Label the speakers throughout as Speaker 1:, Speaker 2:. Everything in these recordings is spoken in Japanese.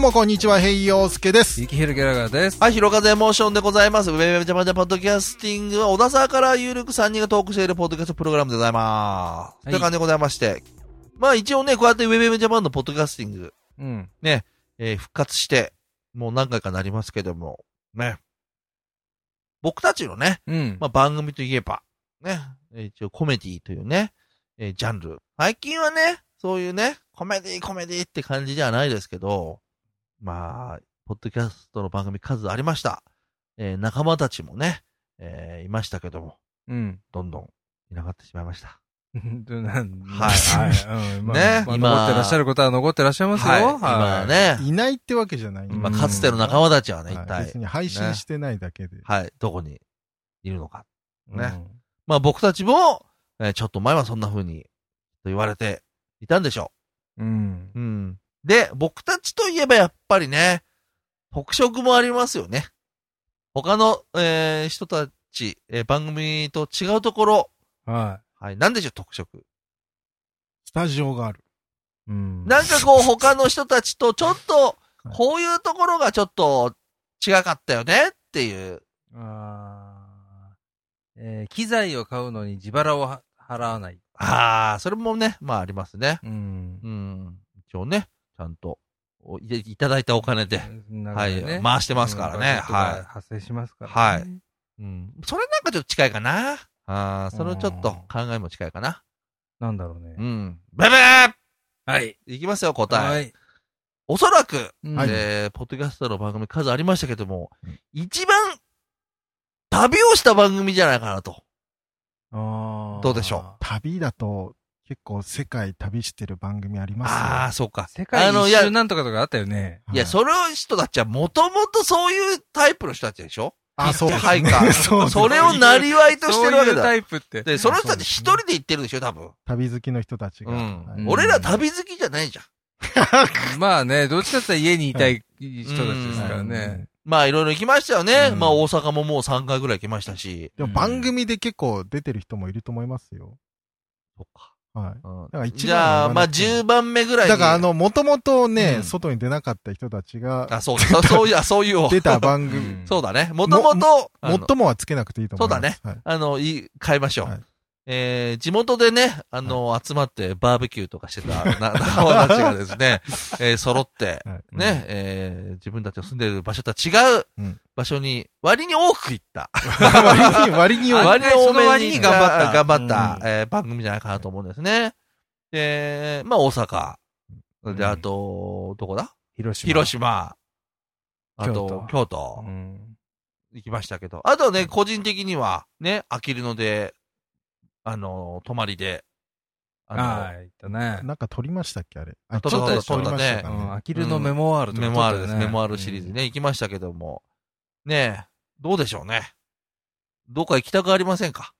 Speaker 1: もこんにちは、平洋介です。
Speaker 2: ゆきひろギャラガーです。
Speaker 3: はい、ひろかぜエモーションでございます。ウェブウェブジャパンジャパンポッドキャスティングは、小田沢から有力3人がトークしているポッドキャストプログラムでございます。
Speaker 2: はい
Speaker 3: という感じでございまして。まあ一応ね、こうやってウェブウェブジャパンのポッドキャスティング、
Speaker 2: うん。
Speaker 3: えー復活して、もう何回かなりますけども、ね。僕たちのね、
Speaker 2: うん。
Speaker 3: まあ番組といえば、ね、えー一応コメディというね、えージャンル。最近はね、そういうね、コメディコメディって感じではないですけど、まあ、ポッドキャストの番組数ありました。えー仲間たちもね、えーいましたけども、
Speaker 2: うん。
Speaker 3: どんどんいなくなってしまいました。
Speaker 2: はい。はい。うんまあ
Speaker 3: ね
Speaker 2: まあ
Speaker 3: 今
Speaker 2: 残ってらっしゃることは残ってらっしゃいますよ。
Speaker 3: 今ね、
Speaker 1: いないってわけじゃないんで
Speaker 3: まあ、かつての仲間たちはね、
Speaker 1: は
Speaker 3: 一
Speaker 1: い
Speaker 3: 体
Speaker 1: 別、に配信してないだけで。
Speaker 3: はい、どこにいるのか。
Speaker 2: うん
Speaker 3: ね。まあ僕たちも、えーちょっと前はそんな風に、と言われていたんでしょう。
Speaker 2: うん。
Speaker 3: うん。で、僕たちといえばやっぱりね、特色もありますよね。他の、えー人たち、えー番組と違うところ、
Speaker 2: は
Speaker 3: はい、なんでしょう、特色。
Speaker 1: スタジオがある。
Speaker 2: い。うん。
Speaker 3: なんかこう、他の人たちとちょっと
Speaker 1: は、い
Speaker 3: こういうところがちょっと違かったよねっていう。
Speaker 2: あーえー機材を買うのに自腹をは払わない。
Speaker 3: ああ、それもね、まあありますね。
Speaker 2: うん
Speaker 3: う。ん。一応ね、ちゃんと、おいいただいたお金で、はい、
Speaker 2: あ、
Speaker 3: 回してますからね。はい。
Speaker 2: 発生しますから、
Speaker 3: はい。うん。それなんかちょっと近いかな。ああ、それちょっと考えも近いかな。
Speaker 2: なんだろうね。
Speaker 3: うん。ブブー
Speaker 2: はい。
Speaker 3: いきますよ、答
Speaker 2: は
Speaker 3: え。
Speaker 2: い。
Speaker 3: おそらく、
Speaker 2: うん
Speaker 1: はい
Speaker 3: えー、ポッドキャストの番組数ありましたけども、一番、旅をした番組じゃないかなと。
Speaker 2: あー
Speaker 3: どうでしょう
Speaker 1: 旅だと、結構世界旅してる番組ありますよ。
Speaker 3: ああ、そうか。
Speaker 2: 世界
Speaker 3: あの
Speaker 2: 一
Speaker 3: いや
Speaker 2: 周なんとかとかあったよね。
Speaker 1: はい
Speaker 3: いや、その人たちはもともとそういうタイプの人たちでしょ
Speaker 1: あ、そうです。
Speaker 3: はいか
Speaker 1: そうです
Speaker 3: それをなりわいとし
Speaker 2: そ
Speaker 3: て
Speaker 2: う
Speaker 3: るわ
Speaker 2: い
Speaker 3: け
Speaker 2: うタ
Speaker 3: だ。
Speaker 2: イプって。
Speaker 3: で、その人たち一人で行ってるでしょ、多分。
Speaker 1: 旅好きの人たちが。
Speaker 3: うん
Speaker 1: はい
Speaker 2: うん
Speaker 3: 俺ら旅好きじゃないじゃん。
Speaker 2: まあね、どっちだったら家にいたい人たちですから
Speaker 1: はい
Speaker 2: ね。
Speaker 3: まあ、いろいろ行きましたよね。
Speaker 2: うん
Speaker 3: まあ、大阪ももう3回ぐらい行きましたし。
Speaker 1: でも番組で結構出てる人もいると思いますよ。
Speaker 3: そっか。
Speaker 1: はい。
Speaker 3: うん
Speaker 1: から一
Speaker 3: じ
Speaker 1: 番は
Speaker 3: ゃあ、まあ、10番目ぐらいに。
Speaker 1: だからあの、もともとね、
Speaker 3: うん
Speaker 1: 外に出なかった人たちが
Speaker 3: あ、そうだ、そういう、あ、そういうを。
Speaker 1: 出た番
Speaker 2: う
Speaker 1: 組、
Speaker 2: ん
Speaker 3: そうだね。もともと、あ
Speaker 1: もっ
Speaker 3: の
Speaker 1: ともはつけなくていいと思います。
Speaker 3: そ
Speaker 1: だね。
Speaker 3: あの、いい、変えましょう。
Speaker 1: はい
Speaker 3: えー、地元でね、あの、集まってバーベキューとかしてたな仲間たちがですね、えー、揃って、
Speaker 1: はい。
Speaker 3: ね、えー、自分たちの住んでる場所とは違う
Speaker 1: うん
Speaker 3: 場所に、割に多く行った。
Speaker 1: 割に、割に
Speaker 2: あ
Speaker 1: 多い
Speaker 3: 割に多
Speaker 2: その
Speaker 3: め
Speaker 2: 割
Speaker 3: に
Speaker 2: に
Speaker 3: 頑張った、頑
Speaker 2: 頑
Speaker 3: 張
Speaker 2: 張
Speaker 3: っ
Speaker 2: ったた、
Speaker 3: えー番組じゃないかなと思うんですね。で、まあ、大阪。
Speaker 2: うん
Speaker 3: で、あと、どこだ
Speaker 2: 広島。
Speaker 3: 広島。あと
Speaker 2: 京都、
Speaker 3: 京都
Speaker 2: う。ん
Speaker 3: 行きましたけど。あとはね、個人的には、ね、飽きるので、あの、泊まりで、あの、
Speaker 2: ああ、言ったね。
Speaker 1: なんか撮りましたっけあれ。あ
Speaker 3: 撮った
Speaker 1: ちょっと
Speaker 3: 撮ったね
Speaker 1: 撮りました
Speaker 2: う
Speaker 1: か
Speaker 2: ん、
Speaker 1: ね
Speaker 2: アキルのメモワールとか
Speaker 3: メ
Speaker 2: 撮っ
Speaker 3: モ
Speaker 2: た
Speaker 3: ア
Speaker 2: よ
Speaker 3: ー
Speaker 2: ね、
Speaker 3: ルです、メモアールシリーズね、行きましたけども。ねえ、どうでしょうね。どっか行きたくありませんか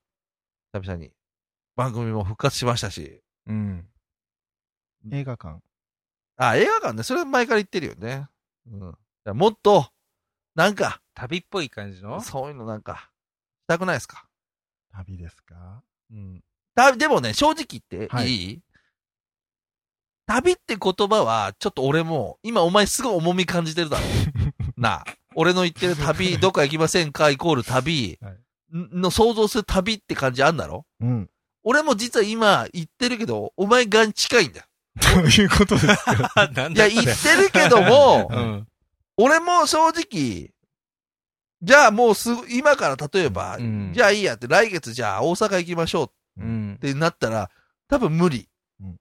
Speaker 3: 久々に。番組も復活しましたし。
Speaker 2: うん。
Speaker 1: 映画館。
Speaker 3: あ、映画館ね、それ前から言ってるよね。うん。だからもっと、なんか、
Speaker 2: 旅っぽい感じの
Speaker 3: そういうのなんか、したくないですか
Speaker 1: 旅ですか
Speaker 3: うん。た、でもね、正直言って、、
Speaker 1: はいい
Speaker 3: い旅って言葉は、ちょっと俺も、今お前すごい重み感じてるだろ。なあ。俺の言ってる旅、どっか行きませんかイコール旅、
Speaker 1: はい
Speaker 3: んの想像する旅って感じあんだろ
Speaker 1: うん。
Speaker 3: 俺も実は今言ってるけど、お前が近いんだよ。
Speaker 1: ということですか
Speaker 2: なん
Speaker 3: いや、
Speaker 2: だ
Speaker 3: 言ってるけど も、
Speaker 2: うん。
Speaker 3: 俺も正直、じゃあもうすぐ、今から例えば、
Speaker 2: うん
Speaker 3: じゃあいいやって、来月じゃあ大阪行きましょう
Speaker 2: うん
Speaker 3: っ。てなったら、多分無理。
Speaker 1: うん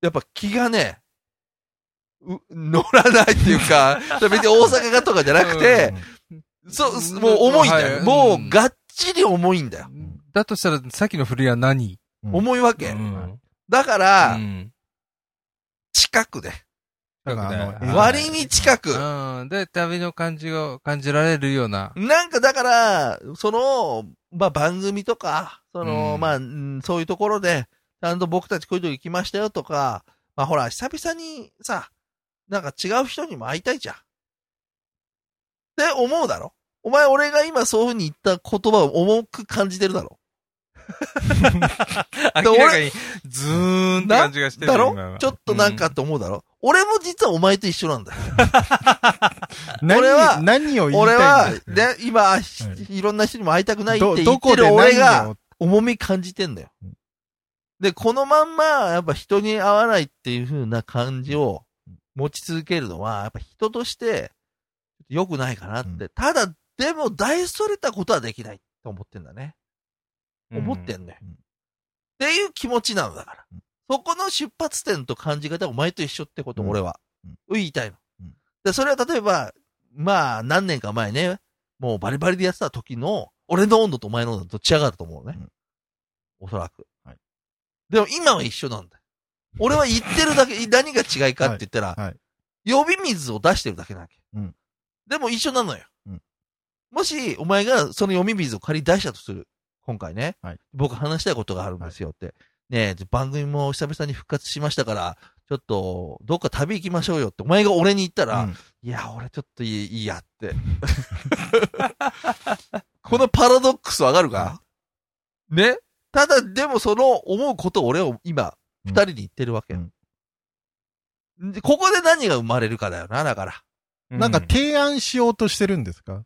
Speaker 3: やっぱ気がね、う乗らないっていうか、別に大阪がとかじゃなくて、そう、すもう重いんだよ。
Speaker 2: はい
Speaker 3: も
Speaker 2: うん
Speaker 3: うがっちり重いんだよ。
Speaker 2: だとしたら、さっきの振りは何
Speaker 1: うん
Speaker 3: 重いわけ。
Speaker 2: ん。
Speaker 3: だか
Speaker 2: う
Speaker 3: ら、
Speaker 2: ん
Speaker 3: 近くで。
Speaker 1: だからあ
Speaker 2: うん
Speaker 1: の、
Speaker 3: 割に近く。
Speaker 2: うん。で、旅の感じを感じられるような。
Speaker 3: なんかだから、その、まあ、番組とか、その、
Speaker 2: うん
Speaker 3: まあ、うんそういうところで、ちゃんと僕たちこういうとこ行きましたよとか、まあ、ほら、久々にさ、なんか違う人にも会いたいじゃん。って思うだろお前、俺が今そういう風に言った言葉を重く感じてるだろ
Speaker 2: 明らかに、ズーンって感じがしてる。
Speaker 3: だろ
Speaker 2: 今は
Speaker 3: ちょっとなんかって思うだろ、俺も実はお前と一緒なんだよ。
Speaker 1: 何
Speaker 3: 俺は
Speaker 1: 何を言い
Speaker 3: 俺は
Speaker 1: たいん、だよ
Speaker 3: ね、今、ひいろんな人にも会いたくないって
Speaker 1: ど
Speaker 3: 言
Speaker 1: ど
Speaker 3: っ
Speaker 1: こ
Speaker 3: て
Speaker 1: で
Speaker 3: る俺
Speaker 1: 何
Speaker 3: が
Speaker 1: を、
Speaker 3: 重み感じてんだよ
Speaker 1: うん。
Speaker 3: で、このまんま、やっぱ人に会わないっていう風な感じを持ち続けるのは、やっぱ人として良くないかなって。
Speaker 1: う
Speaker 3: ただ、でも、大それたことはできないと思ってんだね。思ってんだよ。
Speaker 1: うん
Speaker 3: っていう気持ちなのだから。そこの出発点と感じ方はお前と一緒ってこと、
Speaker 1: うん
Speaker 3: 俺は
Speaker 1: うん。
Speaker 3: 言いたいの
Speaker 1: うん。
Speaker 3: で、それは例えば、まあ、何年か前ね、もうバリバリでやってた時の、俺の温度とお前の温度どっちらがると思うね
Speaker 1: うん。
Speaker 3: おそらく
Speaker 1: はい。
Speaker 3: でも今は一緒なんだよ。俺は言ってるだけ、何が違いかって言った
Speaker 1: はいは
Speaker 3: ら
Speaker 1: い、
Speaker 3: 呼び水を出してるだけなわけ
Speaker 1: うん。
Speaker 3: でも一緒なのよ
Speaker 1: うん。
Speaker 3: もし、お前がその呼び水を借り出したとする。今回ね。
Speaker 1: はい
Speaker 3: 僕話したいことがあるんですよって。ねえ、番組も久々に復活しましたから、ちょっと、どっか旅行きましょうよって、お前が俺に言ったら、
Speaker 1: うん
Speaker 3: いや、俺ちょっといいいいやって。 このパラドックスわかるかねただ、でもその思うことを俺を今、
Speaker 1: うん
Speaker 3: 二人に言ってるわけ、でここで何が生まれるかだよな、だから。
Speaker 1: なんか提案しようとしてるんですか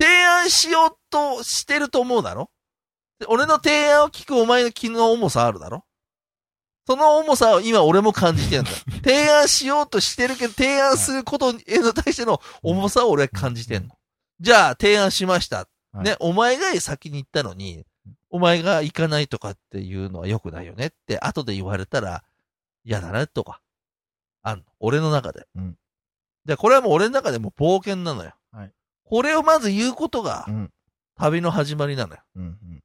Speaker 3: 提案しようとしてると思うだろで俺の提案を聞くお前の気の重さあるだろその重さを今俺も感じてるんだ。提案しようとしてるけど、提案することへの対しての重さを俺は感じてんの。じゃあ、提案しました。
Speaker 1: はい
Speaker 3: ね、お前が先に行ったのに、お前が行かないとかっていうのは良くないよねって、後で言われたら嫌だなとか、あんの。俺の中で。
Speaker 1: うん
Speaker 3: じゃあ、これはもう俺の中でもう冒険なのよ。
Speaker 1: はい
Speaker 3: これをまず言うことが、
Speaker 1: うん
Speaker 3: 旅の始まりなのよ。
Speaker 1: うんうん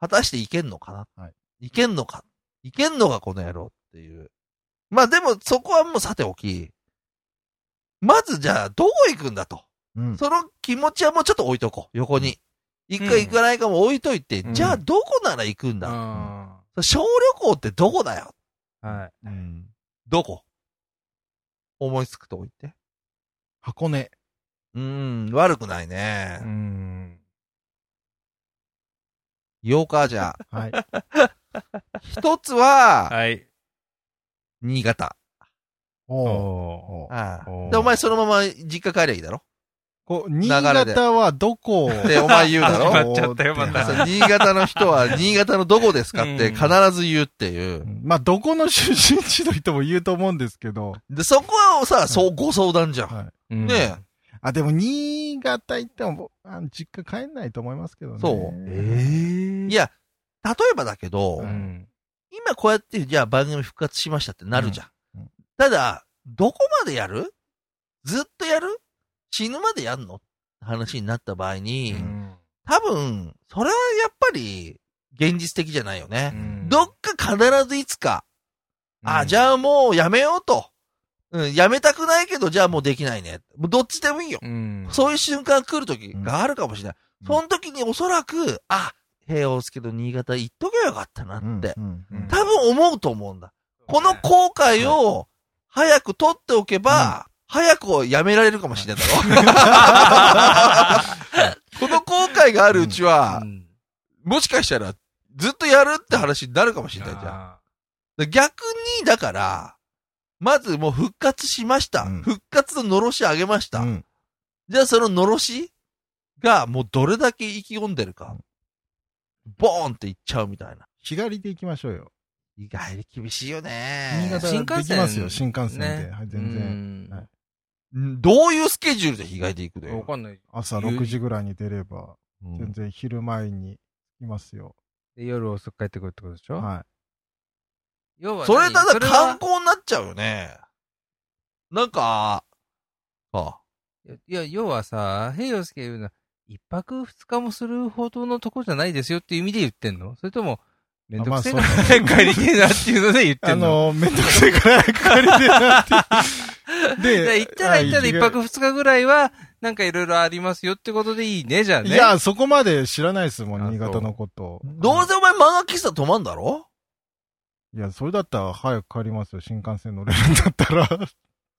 Speaker 3: 果たしていけんのかな、、
Speaker 1: はい
Speaker 3: けんのかいけんのかこの野郎っていう。まあでもそこはもうさておき、まずじゃあどこ行くんだと。
Speaker 1: うん
Speaker 3: その気持ちはもうちょっと置いとこう。横に。行くか行かないかも置いといて、
Speaker 2: うん
Speaker 3: じゃあどこなら行くん
Speaker 2: う
Speaker 3: だ、
Speaker 2: ん。
Speaker 3: 小旅行ってどこだよ、
Speaker 2: はい。
Speaker 3: どこ思いつくとこ行って。
Speaker 1: 箱根。
Speaker 3: うーん、悪くないね。
Speaker 2: うん。
Speaker 3: 8日じ ゃあ。
Speaker 1: はい。
Speaker 3: 一つは、
Speaker 2: はい。
Speaker 3: 新潟。
Speaker 1: おお。
Speaker 2: お
Speaker 1: おう
Speaker 3: ああ
Speaker 2: おー
Speaker 3: で、お前そのまま実家帰りゃいいだろ
Speaker 1: こう新潟は どこを
Speaker 3: で、お前言うだろ
Speaker 2: 始 まっちゃったよ、ま
Speaker 1: は
Speaker 2: た。
Speaker 3: そう新潟の人は、新潟のどこですかって
Speaker 2: うん
Speaker 3: 必ず言うっていう
Speaker 1: う。んまあ、どこの出身地の人も言うと思うんですけど。
Speaker 3: で、そこはさ、そう、ご相談じゃん。
Speaker 1: はい。
Speaker 2: うん
Speaker 3: ね
Speaker 1: あ、でも、新潟行っても、僕あの実家帰んないと思いますけどね。
Speaker 3: そう
Speaker 2: え
Speaker 3: いや、例えばだけど、
Speaker 2: うん。
Speaker 3: 今こうやって、じゃあ番組復活しましたってなるじゃん。
Speaker 1: うんうん
Speaker 3: ただ、どこまでやるずっとやる死ぬまでやんの話になった場合に、
Speaker 2: うん
Speaker 3: 多分、それはやっぱり、現実的じゃないよね。
Speaker 2: うん
Speaker 3: どっか必ずいつか、あ、じ
Speaker 2: あ、
Speaker 3: ゃあもうやめようと。うん、やめたくないけど、じゃあもうできないね。もうどっちでもいいよ。
Speaker 2: うん。
Speaker 3: そういう瞬間来る時があるかもしれない。
Speaker 1: うん
Speaker 3: その時におそらく、あ、平尾介と新潟行っとけばよかったな
Speaker 1: うん。
Speaker 3: って、
Speaker 1: うん
Speaker 2: うん
Speaker 3: 多分思うと思うんだ。この後悔を早く取っておけば、早くやめられるかもしれないだろ。この後悔があるうちは、
Speaker 2: ん
Speaker 3: もしかしたらずっとやるって話になるかもしれないじゃん。
Speaker 2: あ
Speaker 3: で逆に、だから、まずもう復活しました。
Speaker 1: うん
Speaker 3: 復活ののろし上げました。
Speaker 1: うん
Speaker 3: じゃあそののろしがもうどれだけ意気込んでるか。ボーンっていっちゃうみたいな。
Speaker 1: 日帰りで行きましょうよ。
Speaker 3: 意外に厳しいよ
Speaker 1: 新
Speaker 3: ね。
Speaker 1: 潟
Speaker 2: 新幹線
Speaker 1: できますよ、新幹
Speaker 2: ー
Speaker 1: 線
Speaker 2: ね
Speaker 1: で。はい、全然。はい
Speaker 3: うんどういうスケジュールで被害でいくの
Speaker 2: うん。わ
Speaker 3: よ。
Speaker 2: かんない。
Speaker 1: 朝6時ぐらいに出れば、
Speaker 3: うん
Speaker 1: 全然昼前にいますよ。
Speaker 2: で夜遅く帰ってくるってことでしょ
Speaker 1: は
Speaker 2: 要は何
Speaker 3: それただ
Speaker 2: は
Speaker 3: 観光になっちゃうよね。なんか、あ、
Speaker 2: いや、要はさ、平洋介言うのは、一泊二日もするほどのとこじゃないですよっていう意味で言ってんのそれとも、めんどくせえな、
Speaker 1: まあ
Speaker 2: 早く帰りてえなっていうので言っ
Speaker 1: い。
Speaker 2: て
Speaker 1: あ
Speaker 2: んの
Speaker 1: の、めんどくせえから早く帰りてえなって。
Speaker 2: いや行ったら行ったら一泊二日ぐらいは、なんかいろいろありますよってことでいいね、じゃあね。
Speaker 1: いや、そこまで知らないですも
Speaker 2: あ
Speaker 1: ん、新潟のこと。
Speaker 3: どうせお前漫画喫茶止まんだろ
Speaker 1: いや、それだったら早く帰りますよ、新幹線乗れるんだった ら。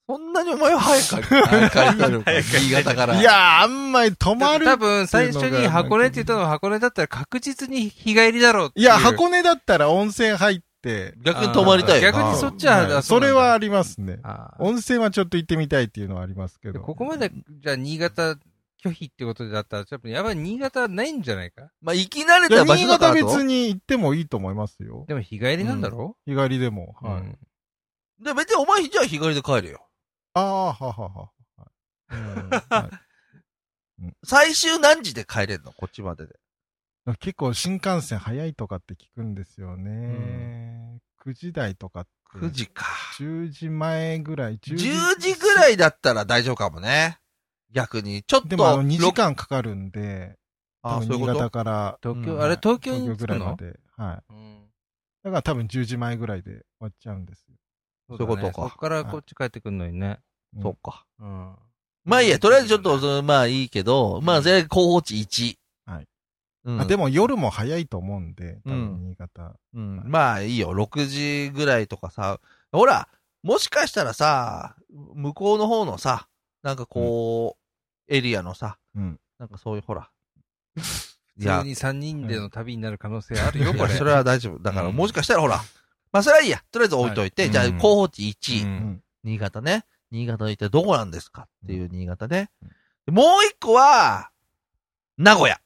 Speaker 3: そんなにお前は早く帰る早く帰る
Speaker 2: 早く帰る
Speaker 3: 新潟から。
Speaker 1: いや、あんまり止まる
Speaker 2: 多。分、最初に箱根って言ったのは箱根だったら確実に日帰りだろうっていう。
Speaker 1: いや、箱根だったら温泉入って、
Speaker 3: 逆に泊まりたいよな。
Speaker 2: あー逆にそっちは
Speaker 1: うん
Speaker 2: あそ
Speaker 1: そう
Speaker 2: なんだ
Speaker 1: れはありますね。
Speaker 2: あー
Speaker 1: 温泉はちょっと行ってみたいっていうのはありますけ
Speaker 2: で
Speaker 1: ど。
Speaker 2: ここまで、じゃあ、新潟拒否ってことだったら、ちょっと、やばい、新潟ないんじゃないか
Speaker 3: まあ、生き慣れ
Speaker 1: いや
Speaker 3: た場
Speaker 1: 新
Speaker 3: 所だか
Speaker 1: 潟
Speaker 3: らと
Speaker 1: 別に行ってもいいと思いますよ。
Speaker 2: でも、日帰りなんだろ、
Speaker 1: 日帰りでも。
Speaker 2: う
Speaker 1: はい。
Speaker 2: ん
Speaker 3: で、別にお前、じゃあ日帰りで帰るよ。
Speaker 1: ああ、ははは。はい
Speaker 3: 最終何時で帰れんのこっちまでで。
Speaker 1: うん結構新幹線早いとかって聞くんですよね。9時台とかって。
Speaker 3: 9時か。
Speaker 1: 10時前ぐらい。10
Speaker 3: 10時ぐらいだったら大丈夫かもね。逆に。ちょっと。
Speaker 1: でもあの2時
Speaker 3: ろく。
Speaker 1: 間かかるんで、
Speaker 3: あ
Speaker 1: 多
Speaker 3: あ、
Speaker 1: 分
Speaker 3: そういう
Speaker 1: 新
Speaker 3: こ
Speaker 1: 潟
Speaker 3: と。
Speaker 1: から
Speaker 2: 東京、
Speaker 3: うん
Speaker 2: あれ、東京
Speaker 1: 東京
Speaker 2: に着く
Speaker 1: ぐらいま
Speaker 2: の、
Speaker 1: で。は
Speaker 2: う
Speaker 1: い。
Speaker 2: ん
Speaker 1: だから多分10時前ぐらいで終わっちゃうんですよ。
Speaker 2: そ
Speaker 3: そういうことか
Speaker 2: こっからこっち帰ってくるのにね。
Speaker 1: うん
Speaker 3: そうか。
Speaker 2: うん。
Speaker 3: まあいいや、とりあえずちょっと、そのまあいいけど、まあ、それ候補地1。
Speaker 1: はい。
Speaker 3: うん、
Speaker 1: あでも夜も早いと思うんで、多
Speaker 3: う
Speaker 1: 分新潟。
Speaker 3: うん、まあいいよ、6時ぐらいとかさ、ほら、もしかしたらさ、向こうの方のさ、なんかこう、エリアのさ、
Speaker 1: うん
Speaker 3: なんかそういうほら、い
Speaker 2: 普
Speaker 3: や
Speaker 2: 通、に3人での旅になる可能性あるよ、
Speaker 3: い
Speaker 2: こ
Speaker 3: や
Speaker 2: れ。
Speaker 3: それは大丈夫。だから
Speaker 2: うん
Speaker 3: もしかしたらほら、まあそれはいいや、とりあえず置いといて、
Speaker 2: はい
Speaker 3: じゃあ
Speaker 2: うん
Speaker 3: 候補地
Speaker 2: う
Speaker 3: 1、
Speaker 1: うんん。
Speaker 3: 新潟ね、新潟の一体どこなんですかっていう新潟ね。もう一個は、名古屋。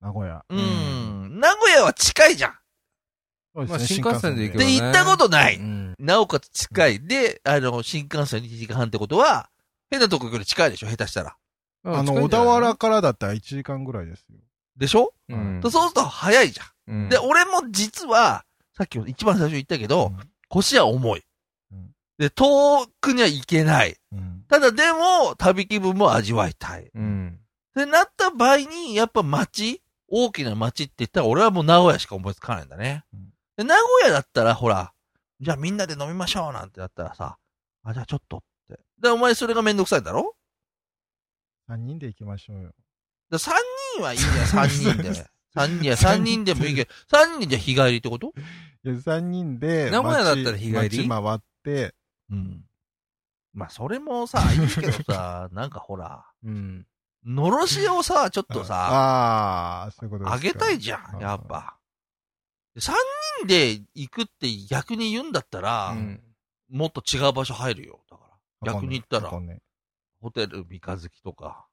Speaker 1: 名古屋。
Speaker 3: うん、
Speaker 2: う
Speaker 3: 名古屋は近いじゃん。っ
Speaker 1: そう
Speaker 2: まあ新幹線で行けば
Speaker 1: 新
Speaker 3: て
Speaker 1: 幹
Speaker 3: 行ったことない。
Speaker 2: うん
Speaker 3: なおかつ近い。で、あの、新幹線に1時間半ってことは、変なとこより近いでしょ、下手したら。
Speaker 1: 線あの、小田原、からだったら1時間ぐらいですよ。
Speaker 3: でしょ、
Speaker 2: うん
Speaker 3: とそうすると早いじゃん。
Speaker 2: うん
Speaker 3: で、俺も実は、さっきも一番最初に言ったけど、腰は重い
Speaker 1: うん。
Speaker 3: で、遠くには行けない。
Speaker 1: うんうん
Speaker 3: ただでも、旅気分も味わいたい。っ
Speaker 2: うん。
Speaker 3: てなった場合に、やっぱ街、大きな街って言ったら、俺はもう名古屋しか思いつかないんだね。
Speaker 1: うん
Speaker 3: で名古屋だったら、ほら、じゃあみんなで飲みましょうなんてなったらさ、あ、じゃあちょっとって。で、お前それがめんどくさいだろ
Speaker 1: 3人で行きましょうよ。
Speaker 3: だ3人はいいじ ゃん、3人で。3人や3人でもいいけど、3人じゃ日帰りってこと
Speaker 1: いや、3人で、
Speaker 2: 名古屋だったら日帰り
Speaker 1: 街街回って、
Speaker 3: うん。まあ、それもさ、いいけど さ、なんかほら、
Speaker 2: うん。
Speaker 3: のろしをさ、ちょっとさ、
Speaker 1: ああー、そういうことですか
Speaker 3: あげたいじゃん、やっ。ぱ。3人で行くって逆に言うんだったら、もっと違う場所入るよ。だから。逆に言ったら、
Speaker 1: ね、
Speaker 3: ホテル三日月と か。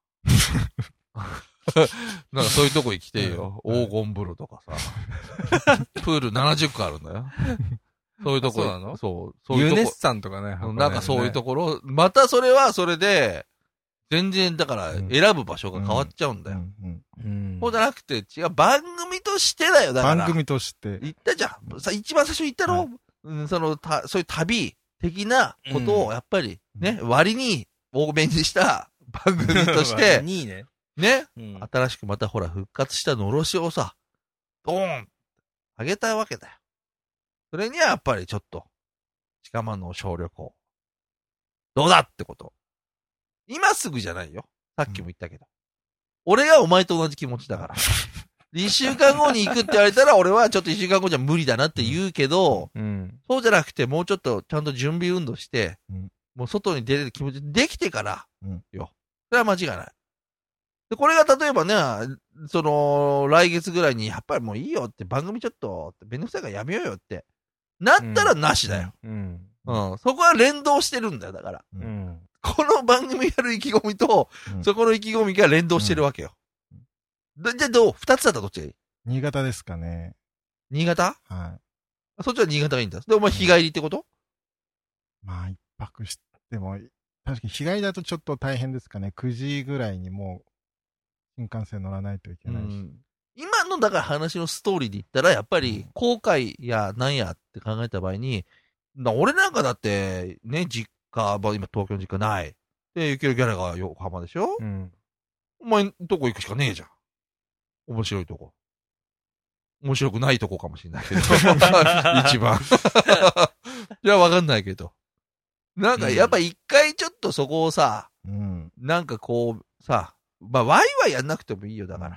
Speaker 3: なんかそういうとこ行きてえよ。
Speaker 1: うん
Speaker 3: 黄金風呂とかさ。プール70個あるんだよ。そういうとこ。
Speaker 2: あそうなの
Speaker 3: そう。そうい
Speaker 2: ユ
Speaker 3: うと
Speaker 2: ネッ
Speaker 3: こ。
Speaker 2: サンとかね。
Speaker 3: うんなんかそういうと
Speaker 2: こ。
Speaker 3: ころ。またそれはそれで、全然だから
Speaker 1: うん
Speaker 3: 選ぶ場所が変わっちゃうんだ
Speaker 1: う
Speaker 3: よ。
Speaker 1: んうん
Speaker 2: うん
Speaker 3: そうじゃなくて、違う、番組としてだよ、だから。
Speaker 1: 番組として。
Speaker 3: 言ったじゃん。さ、一番最初に言ったろ、
Speaker 1: は
Speaker 3: うん、その、た、そういう旅的なこと
Speaker 2: う
Speaker 3: を、やっぱり、ね、割に多めにした番組と して、
Speaker 2: 2位ね。
Speaker 3: ね、
Speaker 2: うん
Speaker 3: 新しくまたほら復活したのろしをさ、ドーンあげたいわけだよ。それにはやっぱりちょっと、近間の小旅行。どうだってこと。今すぐじゃないよ。さっきも言ったけど。俺がお前と同じ気持ちだ から。一週間後に行くって言われたら、俺はちょっと一週間後じゃ無理だなって言うけど、
Speaker 2: うん。
Speaker 3: そうじゃなくて、もうちょっとちゃんと準備運動して、
Speaker 1: うん
Speaker 3: もう外に出れる気持ちできてから、
Speaker 1: うん
Speaker 3: よ。それは間違いない。で、これが例えばね、その、来月ぐらいに、やっぱりもういいよって、番組ちょっと、めんどくさいからやめようよって、なったらなしだよ。
Speaker 2: うん。
Speaker 3: うん。そこは連動してるんだよ、だから。
Speaker 1: うん
Speaker 2: うん。
Speaker 3: この番組やる意気込みと、
Speaker 1: うん
Speaker 3: そこの意気込みが連動してるわけよ。でじゃあどう二つだったらどっちがいい
Speaker 1: 新潟ですかね。
Speaker 3: 新潟
Speaker 1: は
Speaker 3: そっちは新潟がいいんだ。で、お前日帰りってこと
Speaker 1: い。まあ、一泊しても、確かに日帰りだとちょっと大変ですかね。9時ぐらいにもう、新幹線乗らないといけないし。
Speaker 3: 今のだから話のストーリーで言ったら、やっぱり後悔やなんやって考えた場合に、な俺なんかだって、ね、実家、まあ今東京の実家ない。で、ゆきるギャラが横浜でしょ、
Speaker 2: うん。
Speaker 3: お前んとこ行くしかねえじゃん。面白いとこ。面白くないとこかもしれないけど。一番。 いや、わかんないけど。なんか、やっぱ一回ちょっとそこをさ、
Speaker 1: うん。
Speaker 3: なんかこう、さ、まあ、ワイワイやんなくてもいいよ、だか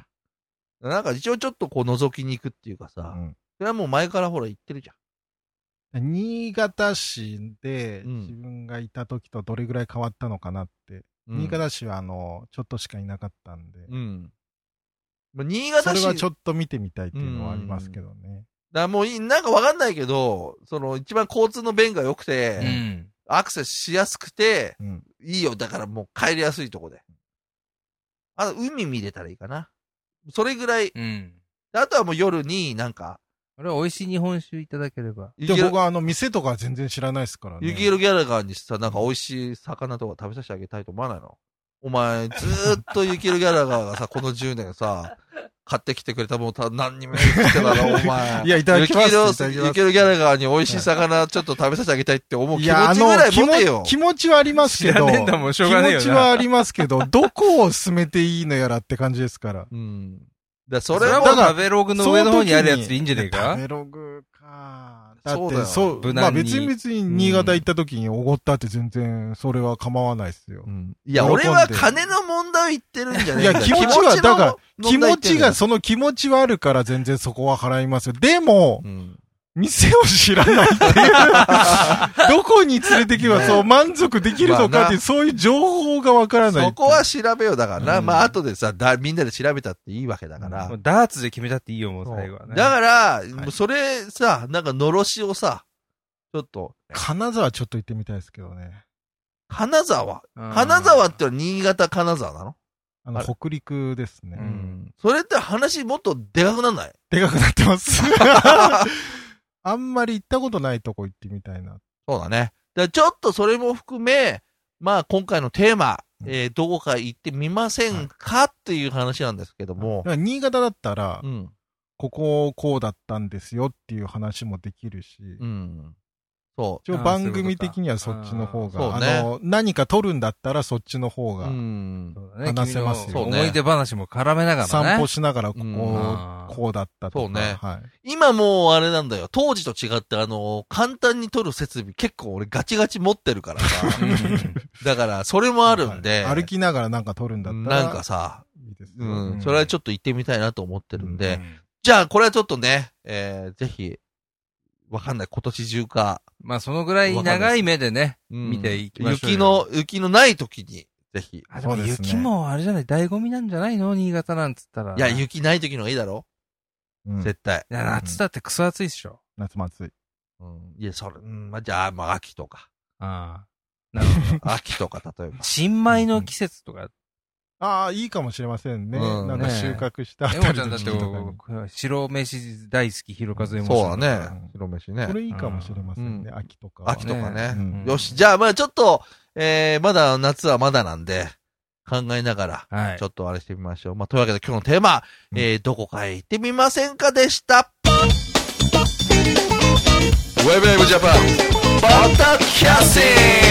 Speaker 3: ら。なんか一応ちょっとこう覗きに行くっていうかさ、
Speaker 1: うん
Speaker 3: それはもう前からほら言ってるじゃん。
Speaker 1: 新潟市で
Speaker 3: うん
Speaker 1: 自分がいた時とどれぐらい変わったのかなって。
Speaker 3: うん
Speaker 1: 新潟市は、あの、ちょっとしかいなかったんで。
Speaker 3: うん。まあ、新
Speaker 1: そ
Speaker 3: 潟
Speaker 1: れは
Speaker 3: 市
Speaker 1: ちょっと見てみたいっていうのはありますけどね。
Speaker 3: だもういい、なんかわかんないけど、その一番交通の便が良くて、
Speaker 2: うん。
Speaker 3: アクセスしやすくて、
Speaker 1: うん。
Speaker 3: いいよ。だからもう帰りやすいとこで。あと、海見れたらいいかな。それぐらい。
Speaker 2: うん。
Speaker 3: あとはもう夜になんか、
Speaker 2: これは美味しい日本酒いただければ。
Speaker 3: ユ
Speaker 1: で
Speaker 3: キ
Speaker 1: も
Speaker 3: ロ
Speaker 1: 僕はあの、店とか全然知らないですからね。
Speaker 3: ユキロギャラガーにさ、なんか美味しい魚とか食べさせてあげたいと思わないのお前、ずーっとユキロギャラガーが さ、この10年さ、買ってきてくれたものた何にも言ってたから、お前。
Speaker 1: いやいただきます
Speaker 3: ユ
Speaker 1: いただ
Speaker 3: キ
Speaker 1: き
Speaker 3: ロ、
Speaker 1: ます
Speaker 3: ユキロギャラガーに美味しい魚ちょっと食べさせてあげたいって思う
Speaker 1: い
Speaker 3: 気持
Speaker 1: や、あ
Speaker 3: ちぐら
Speaker 1: の、
Speaker 3: い
Speaker 1: 気
Speaker 3: 持て
Speaker 1: 持
Speaker 3: よ
Speaker 1: ち、。気持ちはありますけど、
Speaker 2: ねえんだもん、しょうがねえよな。
Speaker 1: 気持ちはありますけど、どこを進めていいのやらって感じですから。
Speaker 3: うん。だ
Speaker 2: そ
Speaker 3: そ
Speaker 2: れ
Speaker 3: れ
Speaker 2: は
Speaker 3: は
Speaker 2: も
Speaker 3: も
Speaker 2: う
Speaker 3: う、
Speaker 2: 食べログの上の方にあるやつでいいんじゃねえ
Speaker 1: や
Speaker 2: か
Speaker 1: 食べログか。だ
Speaker 3: そ
Speaker 1: っ
Speaker 3: うだよ
Speaker 1: て、そう、
Speaker 2: 無難に
Speaker 1: まあ別に別に新潟行った時におごったって全然それは構わないですよ
Speaker 3: う。んいや、
Speaker 1: 喜ん
Speaker 3: 俺
Speaker 1: で
Speaker 3: は金の問題を言ってるんじゃねえんだよ
Speaker 1: いや気持ちは
Speaker 3: の
Speaker 1: だから
Speaker 3: 問
Speaker 1: 気
Speaker 3: 題
Speaker 1: 持
Speaker 3: 言ってん
Speaker 1: ち
Speaker 3: だよ
Speaker 1: が、その気持ちはあるから全然そこは払いますよ。でも
Speaker 3: う、ん。
Speaker 1: 店を知らないって いう、どこに連れてけば
Speaker 3: ね
Speaker 1: そう満足できるのか
Speaker 3: まあ
Speaker 1: って
Speaker 3: な
Speaker 1: いう、そういう情報がわからない。
Speaker 3: そこは調べようだからな。
Speaker 2: うん
Speaker 3: まあ、後でさだ、みんなで調べたっていいわけだから。
Speaker 2: もうダーツで決めたっていいよ、もう
Speaker 3: そう
Speaker 2: 最後はね。
Speaker 3: だ
Speaker 2: ら、
Speaker 3: から、もうそれさ、なんか、のろしをさ、ちょっと、
Speaker 1: 金沢ちょっと行ってみたいですけどね。
Speaker 3: 金沢。金沢ってのは新潟金沢なの
Speaker 1: あの、
Speaker 3: あれ
Speaker 1: 北陸ですね。
Speaker 2: うん
Speaker 3: それって話もっとでかくなんない
Speaker 1: でかくなって ます。あんまり行ったことないとこ行ってみたいな。
Speaker 3: そうだね。だからちょっとそれも含め、まあ今回のテーマ、えーどこか行ってみませんかっていう話なんですけども
Speaker 1: だか。ら新潟だったら
Speaker 3: う、ん。
Speaker 1: こここうだったんですよっていう話もできるし、
Speaker 3: うん。そ
Speaker 1: 一応番組的にはそっちの方が、
Speaker 3: あー
Speaker 1: あ
Speaker 3: そうね
Speaker 1: の、何か撮るんだったらそっちの方
Speaker 3: う。
Speaker 1: が
Speaker 3: う、ん。
Speaker 2: そうだね
Speaker 1: 話せますよ
Speaker 2: 君の
Speaker 3: そうね
Speaker 2: 思い出話も絡めながらね。
Speaker 1: 散歩しながらここ、
Speaker 2: うん
Speaker 1: こうだったとか。
Speaker 3: そうね
Speaker 1: はい。
Speaker 3: 今もうあれなんだよ。当時と違って、あの、簡単に撮る設備結構俺ガチガチ持ってるからさ。だから、それもあるんで。
Speaker 1: はい歩きながらなんか撮るんだったら。
Speaker 3: なんかさ、
Speaker 1: いいですよ、
Speaker 3: うん、
Speaker 2: うん
Speaker 3: それはちょっと行ってみたいなと思ってるんで。
Speaker 2: うんうん
Speaker 3: じゃあ、これはちょっとね、えー、ぜひ、わかんない、今年中か。
Speaker 2: まあ、そのぐらい長い目でね。
Speaker 3: うん
Speaker 2: 見ていきましょう
Speaker 3: 雪の
Speaker 2: よ、
Speaker 3: 雪のない時に、ぜひ。
Speaker 2: あ、でも
Speaker 1: そうですね
Speaker 2: 雪もあれじゃない、醍醐味なんじゃないの新潟なんつったら。
Speaker 3: いや、雪ない時の方がいいだろ、
Speaker 1: うん
Speaker 3: 絶対。
Speaker 2: いや夏だってクソ暑いっしょ。
Speaker 1: 夏祭り。
Speaker 3: うん。いや、それ、うん、まあ、じゃあ、まあ、秋とか。
Speaker 2: ああ。
Speaker 3: 秋とか、例えば。
Speaker 2: 新米の季節とか。
Speaker 1: ああ、いいかもしれませんね。
Speaker 3: うん
Speaker 1: なんか収穫したあ
Speaker 2: エ
Speaker 1: た
Speaker 2: モ
Speaker 1: り
Speaker 2: ちゃんだ
Speaker 1: の
Speaker 2: っ
Speaker 1: 時
Speaker 2: て
Speaker 1: 期とかに、
Speaker 2: 白飯大好き、広和右衛門さん
Speaker 3: そうだ
Speaker 1: う
Speaker 3: ね
Speaker 1: ん。
Speaker 3: 白飯
Speaker 1: これ
Speaker 3: ね。
Speaker 1: いいかもしれませんね。
Speaker 3: う
Speaker 1: 秋とかは。
Speaker 3: 秋とかね。
Speaker 1: うん
Speaker 2: うん
Speaker 3: よし、じゃあ、まあ、ちょっと、えー、まだ夏はまだなんで、考えながら、
Speaker 2: はい
Speaker 3: ちょ。っとあれしてみましょう。まあ、というわけで今日のテーマ、
Speaker 1: うん
Speaker 3: えー、どこかへ行ってみませんかでした。ウェブウェブジャパン、バタキャッシー